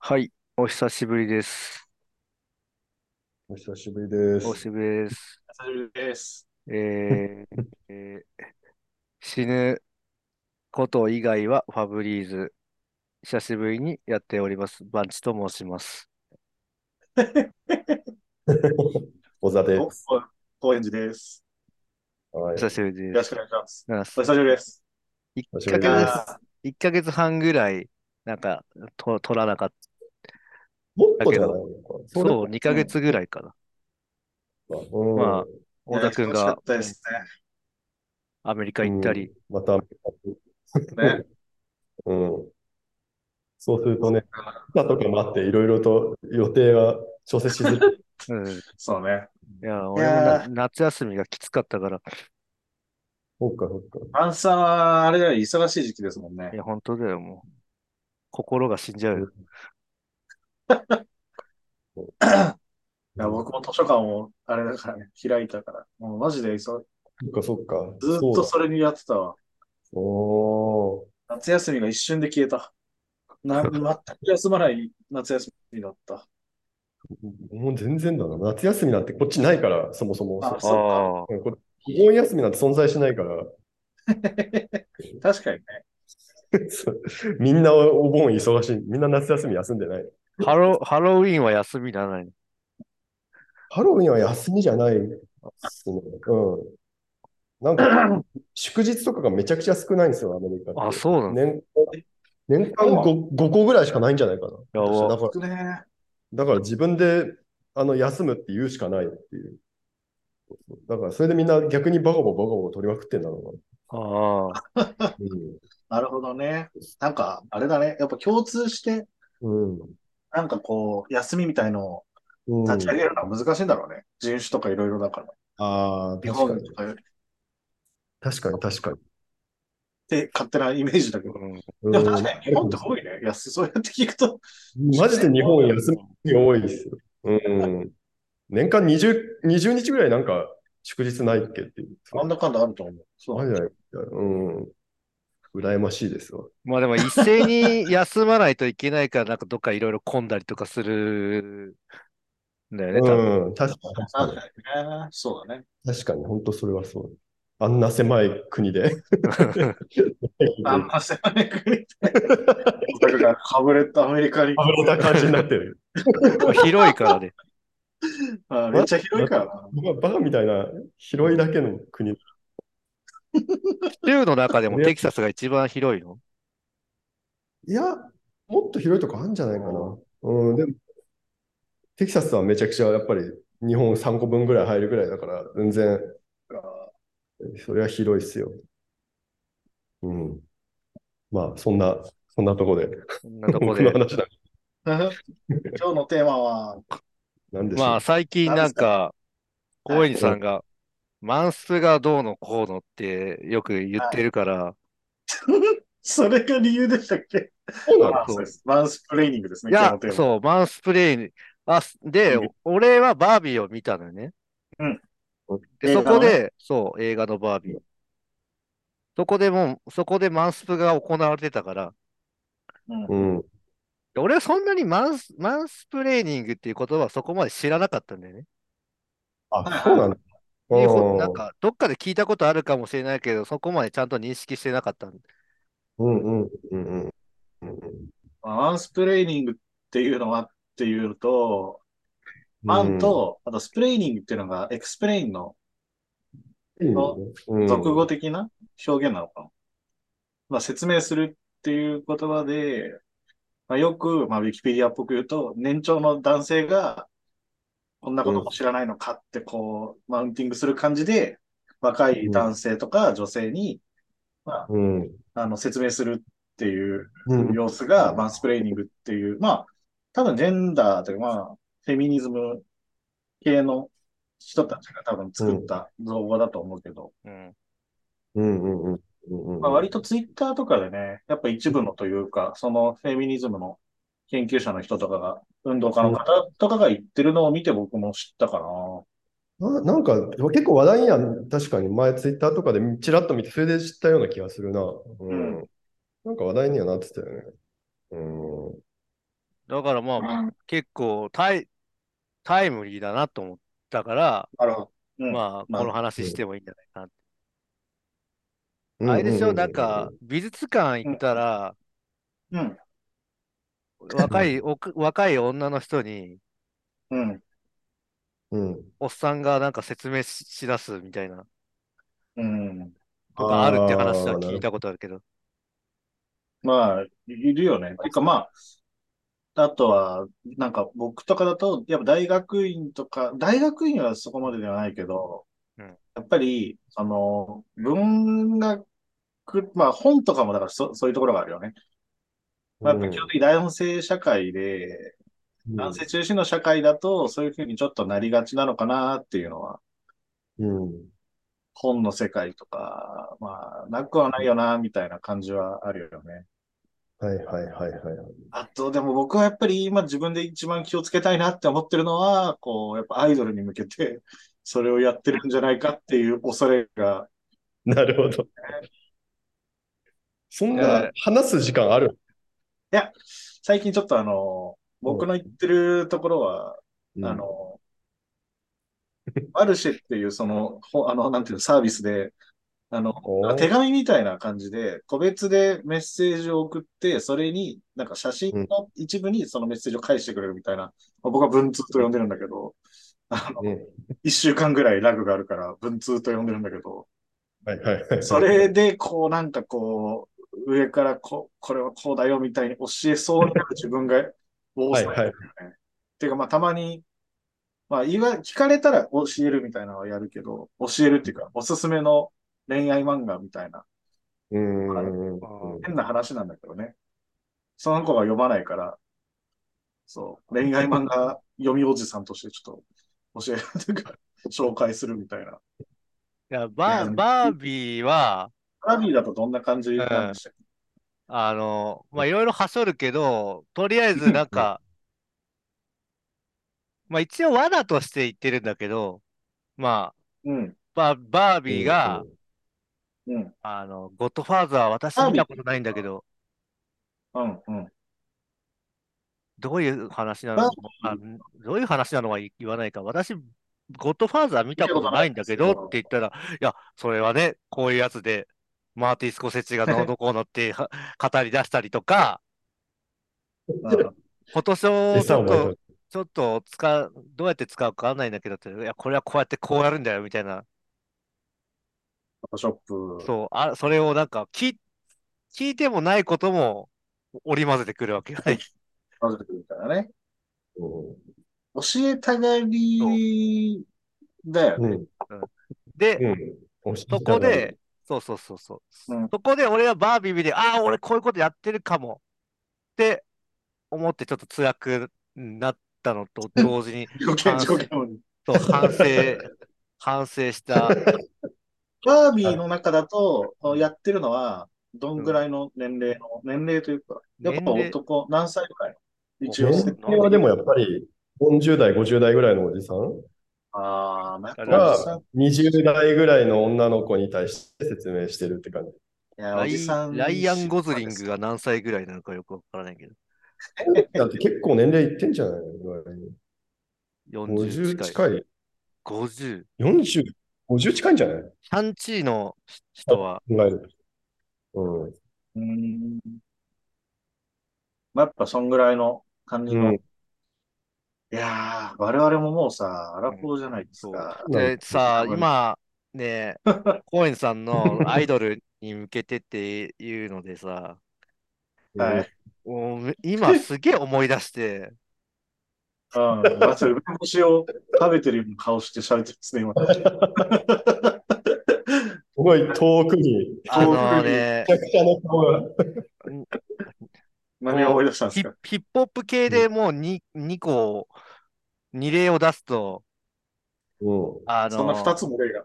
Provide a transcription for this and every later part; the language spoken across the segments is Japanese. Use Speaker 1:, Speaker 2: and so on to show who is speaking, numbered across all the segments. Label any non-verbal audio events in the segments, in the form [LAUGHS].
Speaker 1: はい、お久しぶりです。
Speaker 2: お久しぶりで
Speaker 1: お久し
Speaker 2: す。
Speaker 1: ぶりです。
Speaker 3: 久しぶりです。
Speaker 1: えーえー死ぬこと以外はファブリーズ。久しぶりにやっております。バンチと申します。
Speaker 2: [LAUGHS] 小座
Speaker 3: お、
Speaker 2: で
Speaker 3: お
Speaker 2: す。
Speaker 3: 高円寺です。
Speaker 2: はい。
Speaker 1: 久しぶりで
Speaker 3: よろしく
Speaker 1: す。
Speaker 3: お願いします。
Speaker 1: なん
Speaker 3: お
Speaker 1: か
Speaker 3: 久しぶりです。
Speaker 1: 1
Speaker 2: 久しぶ
Speaker 1: ヶ
Speaker 2: り
Speaker 3: い
Speaker 2: で
Speaker 3: や
Speaker 1: 月、
Speaker 2: す。
Speaker 3: ー、
Speaker 1: 一ヶ月半ぐらい、なんか、と、取らなかっ
Speaker 2: もったと
Speaker 1: け
Speaker 2: じゃない
Speaker 1: ど、
Speaker 2: のか。それ
Speaker 1: そう、2ヶ月ぐらいかな。
Speaker 2: は、
Speaker 1: まあ、
Speaker 2: う
Speaker 3: い
Speaker 1: 太
Speaker 3: や
Speaker 1: 田くん
Speaker 3: 楽しか
Speaker 1: が、
Speaker 3: ったで
Speaker 1: うん
Speaker 3: すね。
Speaker 1: アメリカ行っ
Speaker 2: ん、
Speaker 1: た
Speaker 2: うん、
Speaker 1: り、
Speaker 2: また、
Speaker 3: ね。
Speaker 2: うん、そうすると
Speaker 3: そっ
Speaker 2: ね、
Speaker 3: か。
Speaker 2: だとかもあって、いろいろと予定が調整
Speaker 1: [LAUGHS]
Speaker 2: しづらい。
Speaker 1: うん。い
Speaker 3: そうね。
Speaker 1: や、
Speaker 3: い
Speaker 1: 俺もな
Speaker 3: やー、
Speaker 1: 夏休みがきつかったから、
Speaker 2: そうか、そうか。
Speaker 3: アンさんは、あれだよ、忙しい時期ですもん
Speaker 1: い
Speaker 3: ね。
Speaker 1: や、本当だよ、もう。心が死んじゃう
Speaker 2: う
Speaker 1: よ。
Speaker 2: ん、そう
Speaker 3: いや、
Speaker 2: うん
Speaker 3: 僕も図書館を、あれだからね、開いたから。もうマジで忙、
Speaker 2: そっか、そっか。
Speaker 3: ずーっ
Speaker 2: そう
Speaker 3: と
Speaker 2: だ。
Speaker 3: それにやってたわ。
Speaker 2: おー。
Speaker 3: 夏休みが一瞬で消えた。
Speaker 2: [LAUGHS]
Speaker 3: な、全く休まない夏休みだった。
Speaker 2: もう全然だな。夏休みなんてこっちないから、そもそも。
Speaker 3: あ、
Speaker 2: そ
Speaker 3: そっか。
Speaker 1: ああ。
Speaker 2: うんこれお盆休みなんて存在しないから、 [LAUGHS]
Speaker 3: 確かにね。
Speaker 2: そうみんなお盆忙しい。みんな夏休み休んでない。
Speaker 1: ハロ、ハロウィーンは休みじゃないの。
Speaker 2: ハロウィンは休みじゃないっすね。うん。なんか、
Speaker 3: [CLEARS THROAT]
Speaker 2: 祝日とかがめちゃくちゃ少ないんですよ、アメリカっ
Speaker 1: あ、
Speaker 2: て。
Speaker 1: そうなの。
Speaker 2: 年、
Speaker 3: え
Speaker 2: 年間
Speaker 3: そうな
Speaker 2: 5,
Speaker 3: の
Speaker 2: 5個ぐらいしかないんじゃないかな。
Speaker 1: や
Speaker 2: 私、だ
Speaker 1: ば。
Speaker 2: から、
Speaker 3: 少ね
Speaker 2: だから自分で、あの、休むって言うしかないっていう。だから、それでみんな逆にバカボバカボ取りまくってんだろうな。
Speaker 1: ああ。
Speaker 2: うん。
Speaker 3: なるほどね。なんか、あれだね。やっぱ共通して、
Speaker 2: うん。
Speaker 3: なんかこう、休みみたいのを
Speaker 2: う
Speaker 3: 立ち上
Speaker 2: ん。
Speaker 3: げるのは難しいんだろうね。人種とかいろいろだから。
Speaker 2: ああ、
Speaker 3: 日
Speaker 2: 確か
Speaker 3: 本
Speaker 2: に。
Speaker 3: とかよりっ
Speaker 2: 確かに、確かに。
Speaker 3: て勝手なイメージだけど。
Speaker 1: うん。
Speaker 2: う
Speaker 3: でも確
Speaker 2: ん。
Speaker 3: かに日本って多いね。安い。そうやって聞くと、
Speaker 2: マ
Speaker 3: 祝
Speaker 2: ジで
Speaker 3: 日
Speaker 2: 日
Speaker 3: 多い
Speaker 2: 本
Speaker 3: よね。
Speaker 2: 休み多いですよ。うん。年間20、20日ぐらいなんか祝日ないっけっていう。そ
Speaker 3: なん
Speaker 2: う
Speaker 3: だかんだあると思う。そう
Speaker 2: マ
Speaker 3: なん
Speaker 2: ジ
Speaker 3: だ。
Speaker 2: でないうん。羨ましいですわ。
Speaker 1: まあでも一斉に休まないといけないから、なんかどっかいろいろ混んだりとかするんだよね、多分。
Speaker 2: うん。確かに、
Speaker 3: な
Speaker 2: 確かに。
Speaker 3: んだよね。そうだね。
Speaker 2: 確かに、本当それはそう。あんな狭い国で。
Speaker 3: あんま狭い国で。だから、かぶれたアメリカに。
Speaker 2: あぶれた感じになってる。
Speaker 1: 広いからね。
Speaker 3: あ、めっ
Speaker 2: マジ
Speaker 3: ちゃ広い
Speaker 2: だっ
Speaker 3: から
Speaker 2: [LAUGHS] て、
Speaker 3: な。
Speaker 2: 僕はバカみたいな広いだけの国。
Speaker 1: 州の中でも
Speaker 2: ね
Speaker 1: テキサスが一番広いの
Speaker 2: いや、もっと広いとこあるんじゃないか
Speaker 1: あ
Speaker 2: な。うん。でも、テキサスはめちゃくちゃやっぱり日本3個分ぐらい入るぐらいだから、全然。それは広いっすよ。うん。まあ、そんな、そんなとこで、
Speaker 1: こんなとこ
Speaker 2: [LAUGHS] 僕
Speaker 1: で。
Speaker 2: の話だ。
Speaker 3: 今日のテーマは
Speaker 2: 何でし
Speaker 1: まあ
Speaker 2: ょ
Speaker 1: 最近
Speaker 3: 何で
Speaker 1: なん
Speaker 3: すか
Speaker 1: か、
Speaker 3: は
Speaker 1: 高円
Speaker 3: い。
Speaker 1: 寺
Speaker 2: う。
Speaker 1: さんが、マンスがどうのこうのってよく言っ
Speaker 3: は
Speaker 1: て
Speaker 3: い。
Speaker 1: るから、
Speaker 3: それが理由でしたっけ
Speaker 2: そうな
Speaker 3: ま
Speaker 2: の
Speaker 3: あ、そう
Speaker 1: そ
Speaker 3: で
Speaker 1: う。
Speaker 3: す。マンスプレーニングです
Speaker 1: い
Speaker 3: ね、今日
Speaker 1: や、
Speaker 3: のテーマ。
Speaker 1: そう、マンスプレイン。あ、すで、お俺はバービーを見たのよね。
Speaker 3: うん。
Speaker 1: で、
Speaker 3: 映
Speaker 1: そ
Speaker 3: 画
Speaker 1: こ
Speaker 3: のね。
Speaker 1: で、そう、映画のバービー。そこでもう、そこでマンスプが行われてたから、
Speaker 3: うん。
Speaker 2: うん。
Speaker 1: で俺はそんなにマンス、マンスプレーニングっていう言葉はそこまで知らなかったんだよね。
Speaker 2: あ、
Speaker 3: はい
Speaker 2: そう
Speaker 3: は。
Speaker 2: ないの。
Speaker 1: いうほど、なん
Speaker 2: うん。
Speaker 1: か、どっかで聞いたことあるかもしれないけど、そこまでちゃんと認識してなかったん
Speaker 2: うんうんうんうん。うん
Speaker 3: まあマンスプレーニングっていうのはっていうと、
Speaker 2: う
Speaker 3: マン
Speaker 2: ん。うん
Speaker 3: と、あとスプレーニングっていうのがエクスプレインの、
Speaker 2: いいね。
Speaker 3: の
Speaker 2: う
Speaker 3: 俗語
Speaker 2: ん。
Speaker 3: 的な表現なのかな。まあ、説明するっていう言葉で、まあ、よく、まあ、ウィキペディアっぽく言うと、年長の男性がこんな
Speaker 2: う
Speaker 3: こと
Speaker 2: ん。
Speaker 3: も知らないのかってこう、マウンティングする感じで、若
Speaker 2: う
Speaker 3: い
Speaker 2: ん。
Speaker 3: 男性とか女性に、まあ、
Speaker 2: うん。
Speaker 3: あの、説明するっていう
Speaker 2: うん。
Speaker 3: 様子がマンスプレーニングっていう、まあ、多分ジェンダーというか、まあ、フェミニズム系の人たちが多分
Speaker 2: う
Speaker 3: 作っ
Speaker 2: ん。
Speaker 3: た造語だと思うけど、
Speaker 1: うん。
Speaker 2: うんうんうんうんう
Speaker 3: まあ、
Speaker 2: んうん。
Speaker 3: 割とツイッターとかでね、やっぱ一部のというか、そのフェミニズムの研究者の人とかが、運動家
Speaker 2: う
Speaker 3: の
Speaker 2: ん
Speaker 3: 方とかが言ってるのを見て僕も知ったかな。
Speaker 2: な、なんか結構話題やん。確かに前ツイッターとかでチラッと見て、それで知ったような気がするな。
Speaker 3: うん。
Speaker 2: うん。なんか話題にはなってたよね。うん。
Speaker 1: だからまあ、結構タイ、タイムリーだなと思ったから、
Speaker 3: なるほど。うん
Speaker 1: まあ、
Speaker 3: まあ
Speaker 1: この話してもいいんじゃないかなって。
Speaker 2: うん
Speaker 1: あれでしょ、なんか、、美術館行ったら、
Speaker 3: うん。
Speaker 1: 若い、おく若い女の人に、
Speaker 3: うん。
Speaker 2: うんうん
Speaker 1: おっさんがなんか説明ししだすみたいな、
Speaker 3: うん。
Speaker 1: とかあるって話は
Speaker 2: あー
Speaker 1: 聞いたことあるけど。
Speaker 3: まあ、いるよね。てかまあ、あとは、なんか僕とかだと、やっぱ大学院とか、大学院はそこまでではないけど、
Speaker 1: うん
Speaker 3: やっぱり、その、文学、まあ本とかもだからそ、そういうところがあるよね。まあ、やっぱ基本的に男性社会で、男性中心の社会だと、そういうふうにちょっとなりがちなのかなっていうのは、
Speaker 2: うん
Speaker 3: 本の世界とか、まあ、なくはないよな、みたいな感じはあるよね。
Speaker 2: はいはいはい
Speaker 3: [LAUGHS]
Speaker 2: はいはい。
Speaker 3: あと、でも僕はやっぱり今自分で一番気をつけたいなって思ってるのは、こう、やっぱアイドルに向けて、それをやってるんじゃないかっていう恐れが、
Speaker 2: なるほど。そんな話す時間ある
Speaker 3: いや、最近ちょっとあの、僕の言ってるところは、あ、の、マルシェっていうその、ほあの、なんていうの、サービスで、あの、
Speaker 2: おー
Speaker 3: 手紙みたいな感じで、個別でメッセージを送って、それに、なんか写真の一部にそのメッセージを返してくれるみたいな、まあ僕は文通と呼んでるんだけど、あの、
Speaker 2: ね
Speaker 3: 一週間ぐらいラグがあるから、文通と呼んでるんだけど、
Speaker 2: はいはいはい。
Speaker 3: それで、こう、なんかこう、上からこう、これはこうだよみたいに教えそうになる自分が多
Speaker 2: は
Speaker 3: さ
Speaker 2: いはい。
Speaker 3: っていうか、まあ、たまに、まあ、言わ、聞かれたら教えるみたいなのはやるけど、教えるっていうか、おすすめの恋愛漫画みたいな、
Speaker 2: うーん。
Speaker 3: 変な話なんだけどね。その子が読まないから、そう、恋愛漫画読みおじさんとしてちょっと教えるっていうか、紹介するみたいな。
Speaker 1: いや、バ
Speaker 3: う
Speaker 1: ー、
Speaker 3: ん
Speaker 1: バービーは、
Speaker 3: ラビーだとどんな感じなんでしたっけ
Speaker 1: あの、まあ、いろいろはしょるけど、とりあえずなん
Speaker 2: [LAUGHS]
Speaker 1: か、まあ、一応罠として言ってるんだけど、まあ、
Speaker 3: うん、
Speaker 1: バー、バービーが、
Speaker 3: うん、
Speaker 1: あの、ゴッドファーザーは私
Speaker 3: バ
Speaker 1: 見
Speaker 3: ービー
Speaker 1: たことないんだけど、
Speaker 3: うん、うん。
Speaker 1: どういう話なの
Speaker 3: バ
Speaker 1: あ
Speaker 3: ー
Speaker 1: どういう話なのは言わないか。私、ゴッドファーザー見たことないんだけど
Speaker 3: 見
Speaker 1: った
Speaker 3: ことな
Speaker 1: て
Speaker 3: い
Speaker 1: 言ったら、いや、それはね、こういうやつで、マーティ・スコセッチがどうのこうの [LAUGHS] っては語り出したりとか、
Speaker 3: うん
Speaker 1: フォトショーをち
Speaker 2: 餌
Speaker 1: ょ
Speaker 2: を
Speaker 1: っ
Speaker 2: まい
Speaker 1: と、ちょっと使う、どうやって使うかわかんないんだけどって、いや、これはこうやってこうやるんだよ、みたいな。
Speaker 3: フォトショップ。
Speaker 1: そう、あ、それをなんか、聞い、聞いてもないことも織り交ぜてくるわけよね。
Speaker 3: 混ぜてみたいな [LAUGHS] ね。
Speaker 2: と
Speaker 3: 教えたがりだよ
Speaker 2: う
Speaker 3: ね。
Speaker 2: ん。うん。
Speaker 1: で、
Speaker 2: うん。
Speaker 1: そこで、そうそうそうそう。
Speaker 3: うん
Speaker 1: そこで俺はバービー見て、ああ、俺こういうことやってるかもって思ってちょっと辛くなったのと同時に、
Speaker 3: 条件条件を
Speaker 1: そう反
Speaker 3: [LAUGHS]
Speaker 1: 省、反省した。
Speaker 3: バービーの中だと、やってるのは、どんぐらいの年齢の、年齢というか、やっぱ
Speaker 1: 年齢
Speaker 3: 男、何歳ぐらいの一応
Speaker 1: 年
Speaker 3: 設
Speaker 2: 年
Speaker 3: 定
Speaker 2: 齢はでもやっぱり40代、50代ぐらいのおじさん
Speaker 3: ああ、まあ、
Speaker 1: ら
Speaker 3: おじさん、い
Speaker 2: が20代ぐらいの女の子に対して説明してるって感じ。
Speaker 3: や、
Speaker 1: ラ
Speaker 3: お
Speaker 1: イ
Speaker 3: じさん、
Speaker 1: ライアン・ゴズリングが何歳ぐらいなのかよくわからないけど、
Speaker 2: だって結構年齢いってんじゃないの意外に
Speaker 1: 40
Speaker 2: 50
Speaker 1: 近い。
Speaker 2: 近い。
Speaker 1: 50。
Speaker 2: 40、50近いんじゃない考
Speaker 1: シャンチーの人は、
Speaker 2: えると。うん。
Speaker 3: うーん。まあ、やっぱそんぐらいの感じの。
Speaker 2: うん
Speaker 3: いやー、我々ももうさ、アラフォーじゃないですか。
Speaker 1: でさあ、
Speaker 3: うん
Speaker 1: 今、ね、コエンさん
Speaker 3: [LAUGHS]
Speaker 1: のアイドルに向けてっていうのでさ、
Speaker 3: はい。
Speaker 1: もうめ
Speaker 3: [LAUGHS]
Speaker 1: 今すげえ思い出して、
Speaker 3: うん。まず、梅干しを食べてるような顔して喋ってますね、 [LAUGHS] 今。
Speaker 2: すごい遠くに、
Speaker 1: あ
Speaker 2: 遠く
Speaker 1: の
Speaker 2: に、め
Speaker 1: ね
Speaker 2: ち、ゃくちゃの顔が。
Speaker 3: 何を思い出したんで
Speaker 1: ヒ
Speaker 3: す
Speaker 1: ッ
Speaker 3: か
Speaker 1: プヒップホップ系でもう 2, 2個、2例を出すと、
Speaker 2: うん。
Speaker 1: あ
Speaker 3: そんな
Speaker 1: の
Speaker 3: 二、つも例が。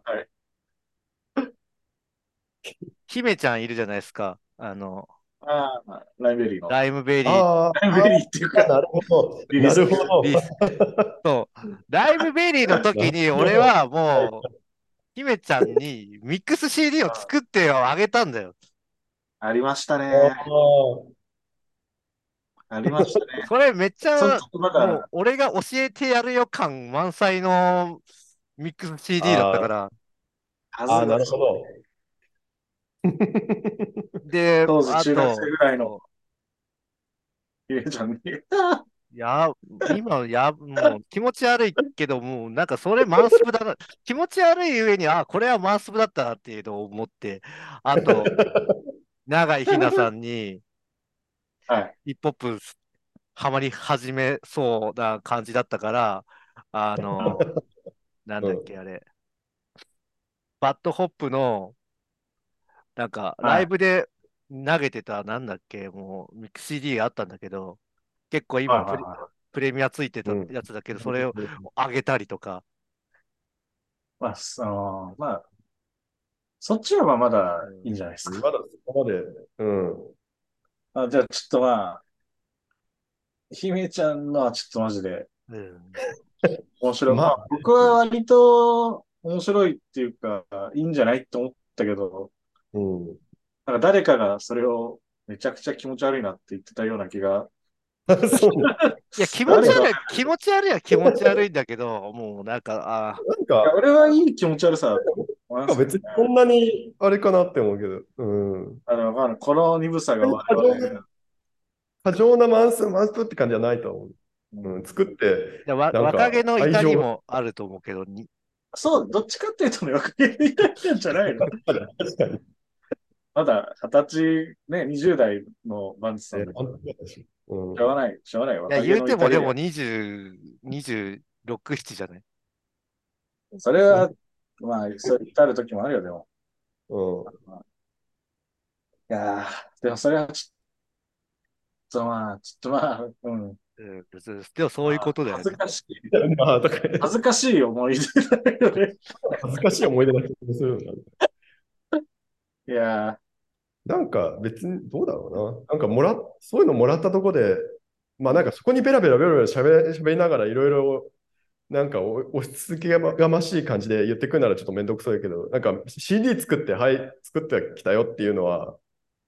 Speaker 3: はい。
Speaker 1: 姫ちゃんいるじゃないですか。あの、
Speaker 3: ああ、ライベリーの。ラ
Speaker 1: ライムベリー。
Speaker 2: あ
Speaker 3: イベリーっていう
Speaker 2: あ、
Speaker 3: か、
Speaker 2: なるほど。
Speaker 3: リリー
Speaker 2: な
Speaker 3: ス
Speaker 2: るほど。
Speaker 1: リリースそう。ライムベリーの時
Speaker 3: [LAUGHS]
Speaker 1: に俺はもう、姫ちゃんにミックス CD を作
Speaker 3: [LAUGHS]
Speaker 1: ってよ、あげたんだよ。
Speaker 3: ありましたね。
Speaker 2: あ
Speaker 3: ありましたね。
Speaker 1: それめっち
Speaker 3: その
Speaker 1: ゃ、
Speaker 3: 言葉
Speaker 1: もう
Speaker 3: が、
Speaker 1: 俺が教えてやるよ感満載のミックス CD だったから、
Speaker 3: は
Speaker 2: ああ、
Speaker 3: ず
Speaker 2: な
Speaker 3: が
Speaker 2: るほど。
Speaker 1: で、
Speaker 3: 当時
Speaker 1: あ
Speaker 3: 中学
Speaker 1: と
Speaker 3: 生ぐらいの、ゆうちゃんに。 [LAUGHS]
Speaker 1: いや、今、や、もう気持ち悪いけど、もうなんかそれマンスプだな。 [LAUGHS] 気持ち悪い上に、あ、これはマンスプだったなっていうのを思って、あ
Speaker 3: [LAUGHS]
Speaker 1: と、永井ひなさんに
Speaker 3: はい。
Speaker 1: ヒップホップハマり始めそうな感じだったから、あ
Speaker 3: [LAUGHS]
Speaker 1: の、なんだっけ、あれ、バッドホップの、なんか、
Speaker 3: はい
Speaker 1: ライブで投げてた、なんだっけ、もう、ミックス CD があったんだけど、結構今、
Speaker 3: はいは
Speaker 1: プ
Speaker 3: い
Speaker 1: レ
Speaker 3: はい
Speaker 1: プレミアついてた
Speaker 2: うん
Speaker 1: やつだけど、それをあげたりとか、
Speaker 3: まあ、その、まあ、そっちはまあまだいいんじゃないです
Speaker 2: ま
Speaker 3: か。
Speaker 2: だそこまで、うん。
Speaker 3: あ、じゃあちょっとまあ、姫ちゃんのはちょっとマジで
Speaker 1: うん、
Speaker 3: 面白い。
Speaker 2: ま
Speaker 3: ま
Speaker 2: あ
Speaker 3: あ、僕は割と面白いっていうか、いいんじゃないって思ったけど、
Speaker 2: うん。
Speaker 3: なんか誰かがそれをめちゃくちゃ気持ち悪いなって言ってたような気が。
Speaker 2: そうなん [LAUGHS]
Speaker 1: いや、気持ち悪
Speaker 3: 誰
Speaker 1: い、気持ち悪いは気持ち悪いんだけど、もうなんか、あ
Speaker 2: か、
Speaker 3: 俺はいい気持ち悪さだと思い
Speaker 2: なん
Speaker 3: ま
Speaker 2: か
Speaker 3: す
Speaker 2: 別にこんなにあれかなって思うけど、うん。
Speaker 3: あの、まあ、この鈍さが我々、
Speaker 2: 過剰なマンス、マンスプって感じはないと思う。うん、作って、
Speaker 1: じゃあわ
Speaker 2: なんか
Speaker 1: 若気の至
Speaker 2: 愛
Speaker 1: り
Speaker 2: 情
Speaker 1: もあると思うけど、に
Speaker 3: そう、どっちかっていうとね、若気みたいなんじゃないの
Speaker 2: 確かに。
Speaker 3: まだ二十歳、ね、20代のバンチさんだから
Speaker 2: うん
Speaker 3: しょうがない、しょうがない。
Speaker 1: いや、
Speaker 3: 若気
Speaker 1: 言う
Speaker 3: の
Speaker 1: ても
Speaker 3: 至り
Speaker 1: で
Speaker 3: や
Speaker 1: も20、26、7じゃない
Speaker 3: それは、まあ、そう至る時もあるよ、でも。
Speaker 2: うん。
Speaker 3: いやーでもそれはちょっとまあ、ちょっとまあ、うん。
Speaker 1: うん、でもそういうことだよ
Speaker 3: 恥ず
Speaker 1: ね。
Speaker 3: かしい。
Speaker 2: まあ、だから
Speaker 3: 恥ずかしい思い出だよね。
Speaker 2: 恥ずかしい思い出だけどするよね
Speaker 3: いや
Speaker 2: なんか別にどうだろうな。なんかもらっ、そういうのもらったとこで、まあなんかそこにベラベラベラベラしゃべ、しゃべりながらいろいろなんかお押し付けがまがましい感じで言ってくるならちょっとめんどくさいけど、なんか CD 作って、はい、作ってきたよっていうのは、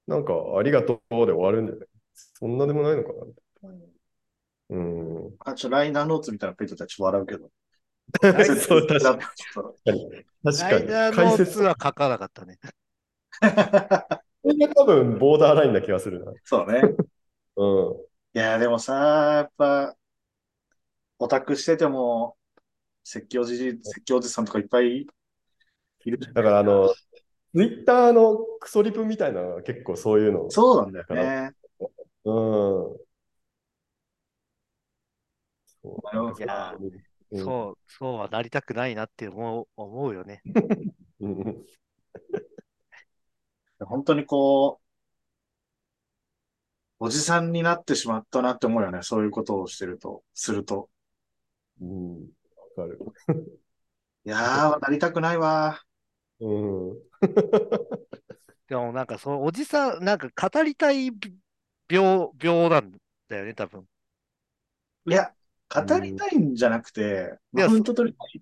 Speaker 2: なんかありがとうで終わるんじゃないそんなでもないのかな。
Speaker 3: ー、
Speaker 2: うん。 [LAUGHS]
Speaker 3: あ、ちょ、ライナーノーツみたいなペイトたち笑うけど。
Speaker 2: そう、確か
Speaker 3: そ
Speaker 2: に。確
Speaker 1: ライ
Speaker 2: か
Speaker 1: ダ
Speaker 2: に。
Speaker 1: ーノ
Speaker 2: 解
Speaker 1: ーツ
Speaker 2: 説
Speaker 1: は書かなかったね。
Speaker 3: [LAUGHS]
Speaker 2: これが多分ボーダーラインな気がするな。
Speaker 3: うね。
Speaker 2: うん。
Speaker 3: いやーでもさやっぱ、オタクしてても、説教じじい、説教おじさんとかいっぱいいるじゃん
Speaker 2: だからあの、ツイッターのクソリプみたいなのは結構そういうの。
Speaker 3: そうなんだよね。
Speaker 2: うん。そ
Speaker 3: あの
Speaker 1: いや
Speaker 2: う。うん
Speaker 1: そう、そうはなりたくないなって思う思うよね。
Speaker 2: うんうん
Speaker 3: 本当にこう、おじさんになってしまったなって思うよね。そういうことをしてると、すると。
Speaker 2: うん。わかる。
Speaker 3: いやー、なりたくないわ。
Speaker 2: うん。
Speaker 1: でもなんかそう、おじさん、なんか語りたい病、病なんだよね、多分。
Speaker 3: いや、語りたいんじゃなくて、
Speaker 1: いや
Speaker 3: 本当に気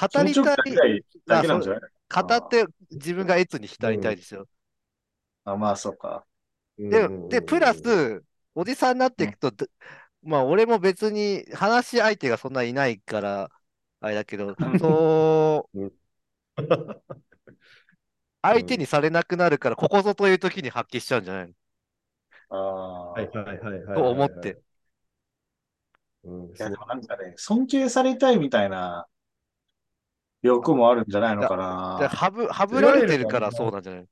Speaker 1: 語
Speaker 3: 持
Speaker 1: り
Speaker 3: ちよく
Speaker 1: た、
Speaker 3: ないりたいだけなんじゃない
Speaker 1: 語って自分がエツに浸りたいですよ。
Speaker 3: あ、まあ、そうか。
Speaker 1: で
Speaker 2: うん、
Speaker 1: で、プラス、おじさんになっていくと、どまあ、俺も別に話し相手がそんないないから、あれだけど、そう、相手にされなくなるから、ここぞという時に発揮しちゃうんじゃないの
Speaker 3: ああ。
Speaker 2: はいいはいはいはい。
Speaker 1: と思って。
Speaker 2: うん。そ
Speaker 3: や、
Speaker 2: う
Speaker 3: でもなんかね、尊敬されたいみたいな欲もあるんじゃないのかな。
Speaker 1: で、はぶ、はぶられてるから
Speaker 2: いわゆる
Speaker 1: そうなんじゃないの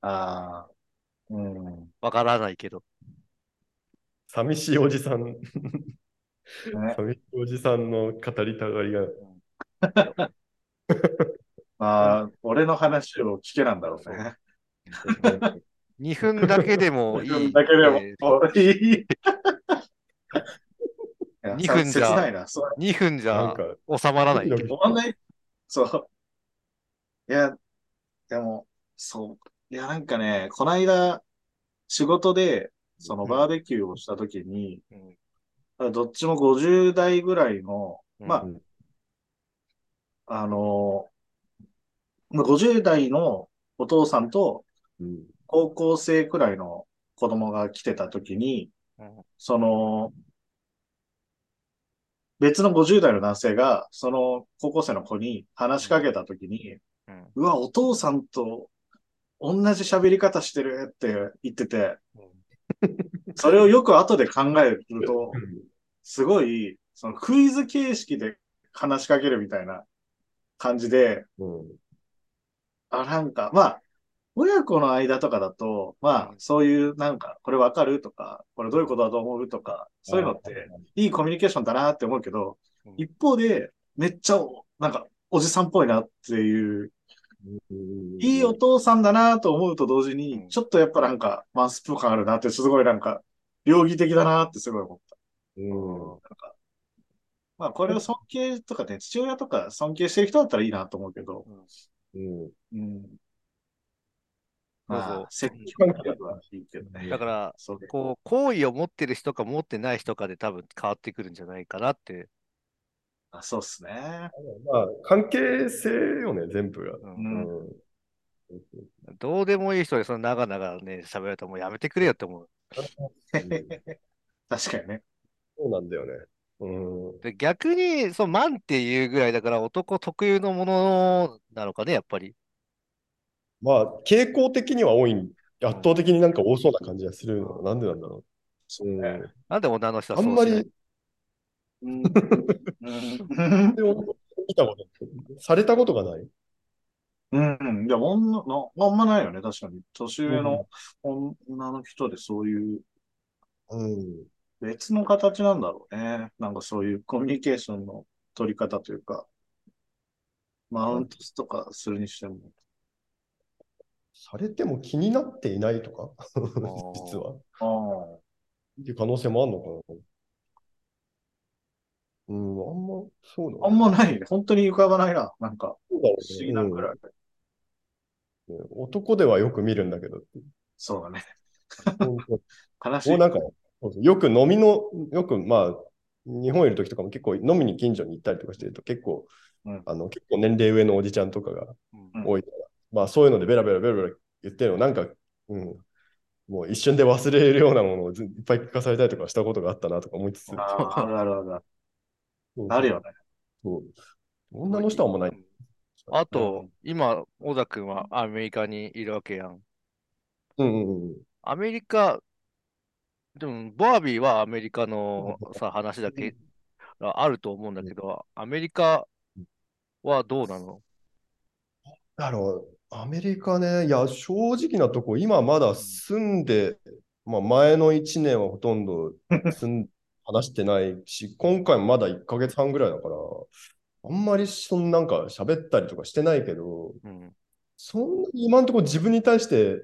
Speaker 3: ああ。うん。
Speaker 1: わからないけど。
Speaker 2: 寂しいおじさん、
Speaker 3: ね、
Speaker 2: 寂しいおじさんの語りたがりが。
Speaker 3: まあ、俺の話を聞けなんだろうね。
Speaker 1: 2分だけでもいい。
Speaker 3: だけでも、
Speaker 1: えー
Speaker 3: おい
Speaker 1: [LAUGHS]
Speaker 3: い。いや
Speaker 1: 二分じゃ
Speaker 3: さ切ないな。そう
Speaker 1: 2分じ
Speaker 2: な
Speaker 1: ゃ
Speaker 2: んか、
Speaker 1: 収まらないけ
Speaker 2: [LAUGHS]
Speaker 1: ど。
Speaker 3: 終わんない。そう。いや、でも、そう。いや、なんかね、こないだ、仕事で、そのバーベキューをしたときに、
Speaker 1: うん
Speaker 3: どっちも50代ぐらいの、まあ
Speaker 1: う、
Speaker 3: あの、まあ50代のお父さんと
Speaker 2: うん
Speaker 3: 高校生くらいの子供が来てた時に、
Speaker 1: うん
Speaker 3: その、別の50代の男性が、その高校生の子に話しかけたときに、
Speaker 1: うん
Speaker 3: うわ、お父さんと同じ喋り方してるって言ってて、それをよく後で考えると、すごい、そのクイズ形式で話しかけるみたいな感じで、
Speaker 2: うん。
Speaker 3: あ、なんか、まあ、親子の間とかだと、まあ
Speaker 1: う、ん
Speaker 3: そういう、なんか、これわかるとか、これどういうことだと思うとか、そういうのって、いいコミュニケーションだなって思うけど
Speaker 1: うん、
Speaker 3: 一方で、めっちゃ、なんか、おじさんっぽいなっていう、
Speaker 2: うん
Speaker 3: いいお父さんだなと思うと同時
Speaker 1: う
Speaker 3: に
Speaker 1: ん、
Speaker 3: ちょっとやっぱなんか、マンスプー感あるなって、すごいなんか、両義的だなってすごい思った。
Speaker 2: うん
Speaker 3: まあ、これを尊敬とかね、父親とか尊敬してる人だったらいいなと思うけど、
Speaker 1: うん
Speaker 2: うん
Speaker 3: うん。ま
Speaker 1: そうそ
Speaker 3: あ
Speaker 1: う、
Speaker 3: 積極的はいいけどね。
Speaker 1: だから、
Speaker 3: そうね
Speaker 1: こう、好意を持ってる人か持ってない人かで多分変わってくるんじゃないかなって。
Speaker 3: あ、そうっすね。
Speaker 2: まあ、関係性よね、全部が。
Speaker 1: う
Speaker 3: うんん。
Speaker 2: うん
Speaker 1: どうでもいい人にその長々ね、喋られたらもうやめてくれよって思う。
Speaker 3: 確かにね。
Speaker 2: そうなんだよね。うん。
Speaker 1: で逆に、そう、マンっていうぐらいだから男特有のものなのかね、やっぱり。
Speaker 2: まあ、傾向的には多い、圧倒的になんか多そうな感じがするの。なんでなんだろ。
Speaker 3: そう
Speaker 2: うん。
Speaker 3: ね。
Speaker 1: なんで女の人は
Speaker 2: あ
Speaker 1: そ
Speaker 2: ん
Speaker 1: う
Speaker 2: ま
Speaker 1: しない
Speaker 2: り、
Speaker 3: うん。うん
Speaker 2: 見たこと、されたことがない。
Speaker 3: うん。いや、女の、あんまないよね。確かに。年上の女の人でそういう、
Speaker 2: うん。
Speaker 3: 別の形なんだろうね。なんかそういうコミュニケーションの取り方というか、マウントとかするにしても。
Speaker 2: されても気になっていないとか、
Speaker 1: ー
Speaker 2: 実は。っ
Speaker 3: ああ。
Speaker 2: ていう可能性もあるのかな。うん、あんま、そうなの
Speaker 3: あんまないね。本当に浮かばないな。なんか、
Speaker 2: そうだろ
Speaker 3: 不思議な
Speaker 2: うね
Speaker 3: く
Speaker 2: う
Speaker 3: らい。
Speaker 2: んね男ではよく見るんだけど、
Speaker 3: そうだね。
Speaker 2: 本当
Speaker 3: 悲し
Speaker 2: も。
Speaker 3: いう
Speaker 2: なんか、よく飲みの、よくまあ、日本いる時とかも結構飲みに近所に行ったりとかしてると結構、
Speaker 3: うん
Speaker 2: あの結構年齢上のおじちゃんとかが
Speaker 1: うん
Speaker 2: 多いから、まあそういうのでベラベラベラベラ言ってるのなんか、うん、もう一瞬で忘れるようなものをずいっぱい聞かされたりとかしたことがあったなとか思いつつ、
Speaker 3: ああ、あるあるあるある。
Speaker 2: そう
Speaker 3: あるよね。
Speaker 2: そう女の人はあんまない。
Speaker 1: あと、今、小田君はアメリカにいるわけやん。
Speaker 2: うんうんうん。
Speaker 1: アメリカ、でも、バービーはアメリカのさ、話だけあると思うんだけど、アメリカはどうなの
Speaker 2: だろう、アメリカね、いや、正直なとこ、今まだ住んで、まあ、前の1年はほとん
Speaker 3: [LAUGHS]
Speaker 2: ど住ん話してないし、今回もまだ1ヶ月半ぐらいだから、あんまりそのなんか喋ったりとかしてないけど、
Speaker 1: うん。
Speaker 2: そんなに今のところ自分に対して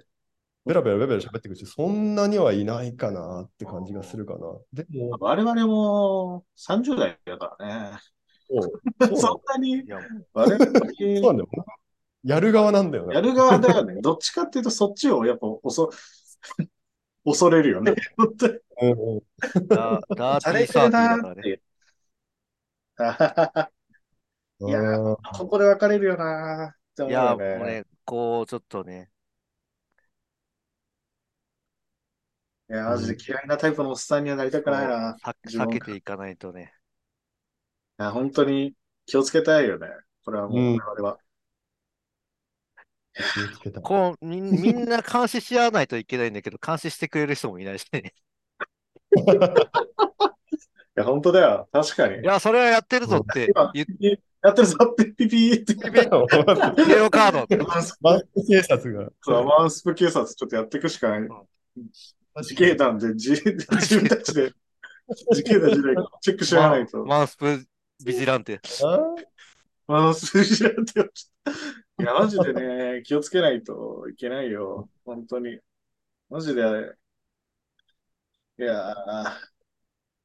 Speaker 2: ベラベラベラベラ喋ってくる人、そんなにはいないかなって感じがするかな。でも、
Speaker 3: 我々も30代だからね。
Speaker 2: そう
Speaker 3: そ
Speaker 2: そ
Speaker 3: んなに
Speaker 1: い、や、
Speaker 3: 我々
Speaker 2: うそうなんだよ。やる側なんだよね。
Speaker 3: やる側だよね。どっ [LAUGHS] ちかっていうと、そっちをやっぱ恐、 [LAUGHS] 恐れる
Speaker 2: [LAUGHS]
Speaker 3: よね。本当に
Speaker 2: うんうん
Speaker 1: ダダー
Speaker 3: さ
Speaker 1: ティ
Speaker 3: れ
Speaker 1: ー
Speaker 3: て
Speaker 1: サー
Speaker 3: る
Speaker 1: ティーだから
Speaker 3: なーっ
Speaker 1: ね。
Speaker 3: て。あはははいや
Speaker 2: あー
Speaker 3: ここで別れるよなーって
Speaker 1: い
Speaker 3: 思う
Speaker 1: や、
Speaker 3: よ
Speaker 1: もう
Speaker 3: ね。
Speaker 1: ね、こう、ちょっとね、
Speaker 3: いや、マジで嫌いなタイプのおっさんにはなりたくないな。
Speaker 1: さ
Speaker 3: 自分
Speaker 1: 避
Speaker 3: か
Speaker 1: けていかないとね。
Speaker 3: いや、本当に気をつけたいよね。これはも
Speaker 2: う
Speaker 3: う、
Speaker 2: ん
Speaker 3: 我々は。
Speaker 2: 気をつけた [LAUGHS]
Speaker 1: こう、みんみんな監視し合わないといけないんだけど、監視してくれる人もいないし
Speaker 2: [LAUGHS]
Speaker 1: ね。
Speaker 3: いや、本当だよ。確かに
Speaker 1: い。や、それはやってるぞって言っ
Speaker 3: やってるぞって、ピピーって。
Speaker 1: て、イエローカード
Speaker 2: [LAUGHS]
Speaker 1: って。
Speaker 3: マンス
Speaker 2: マスク警察が。
Speaker 3: プ、マンスプ警察ちょっとやっていくしかない。自警団で自自分たちで、自警団時代チェックし合わないと。
Speaker 1: マンスプビジランテ。
Speaker 2: あ
Speaker 3: あの数字なんて。いや、マジでね、気をつけないといけないよ。本当に。マジで。いや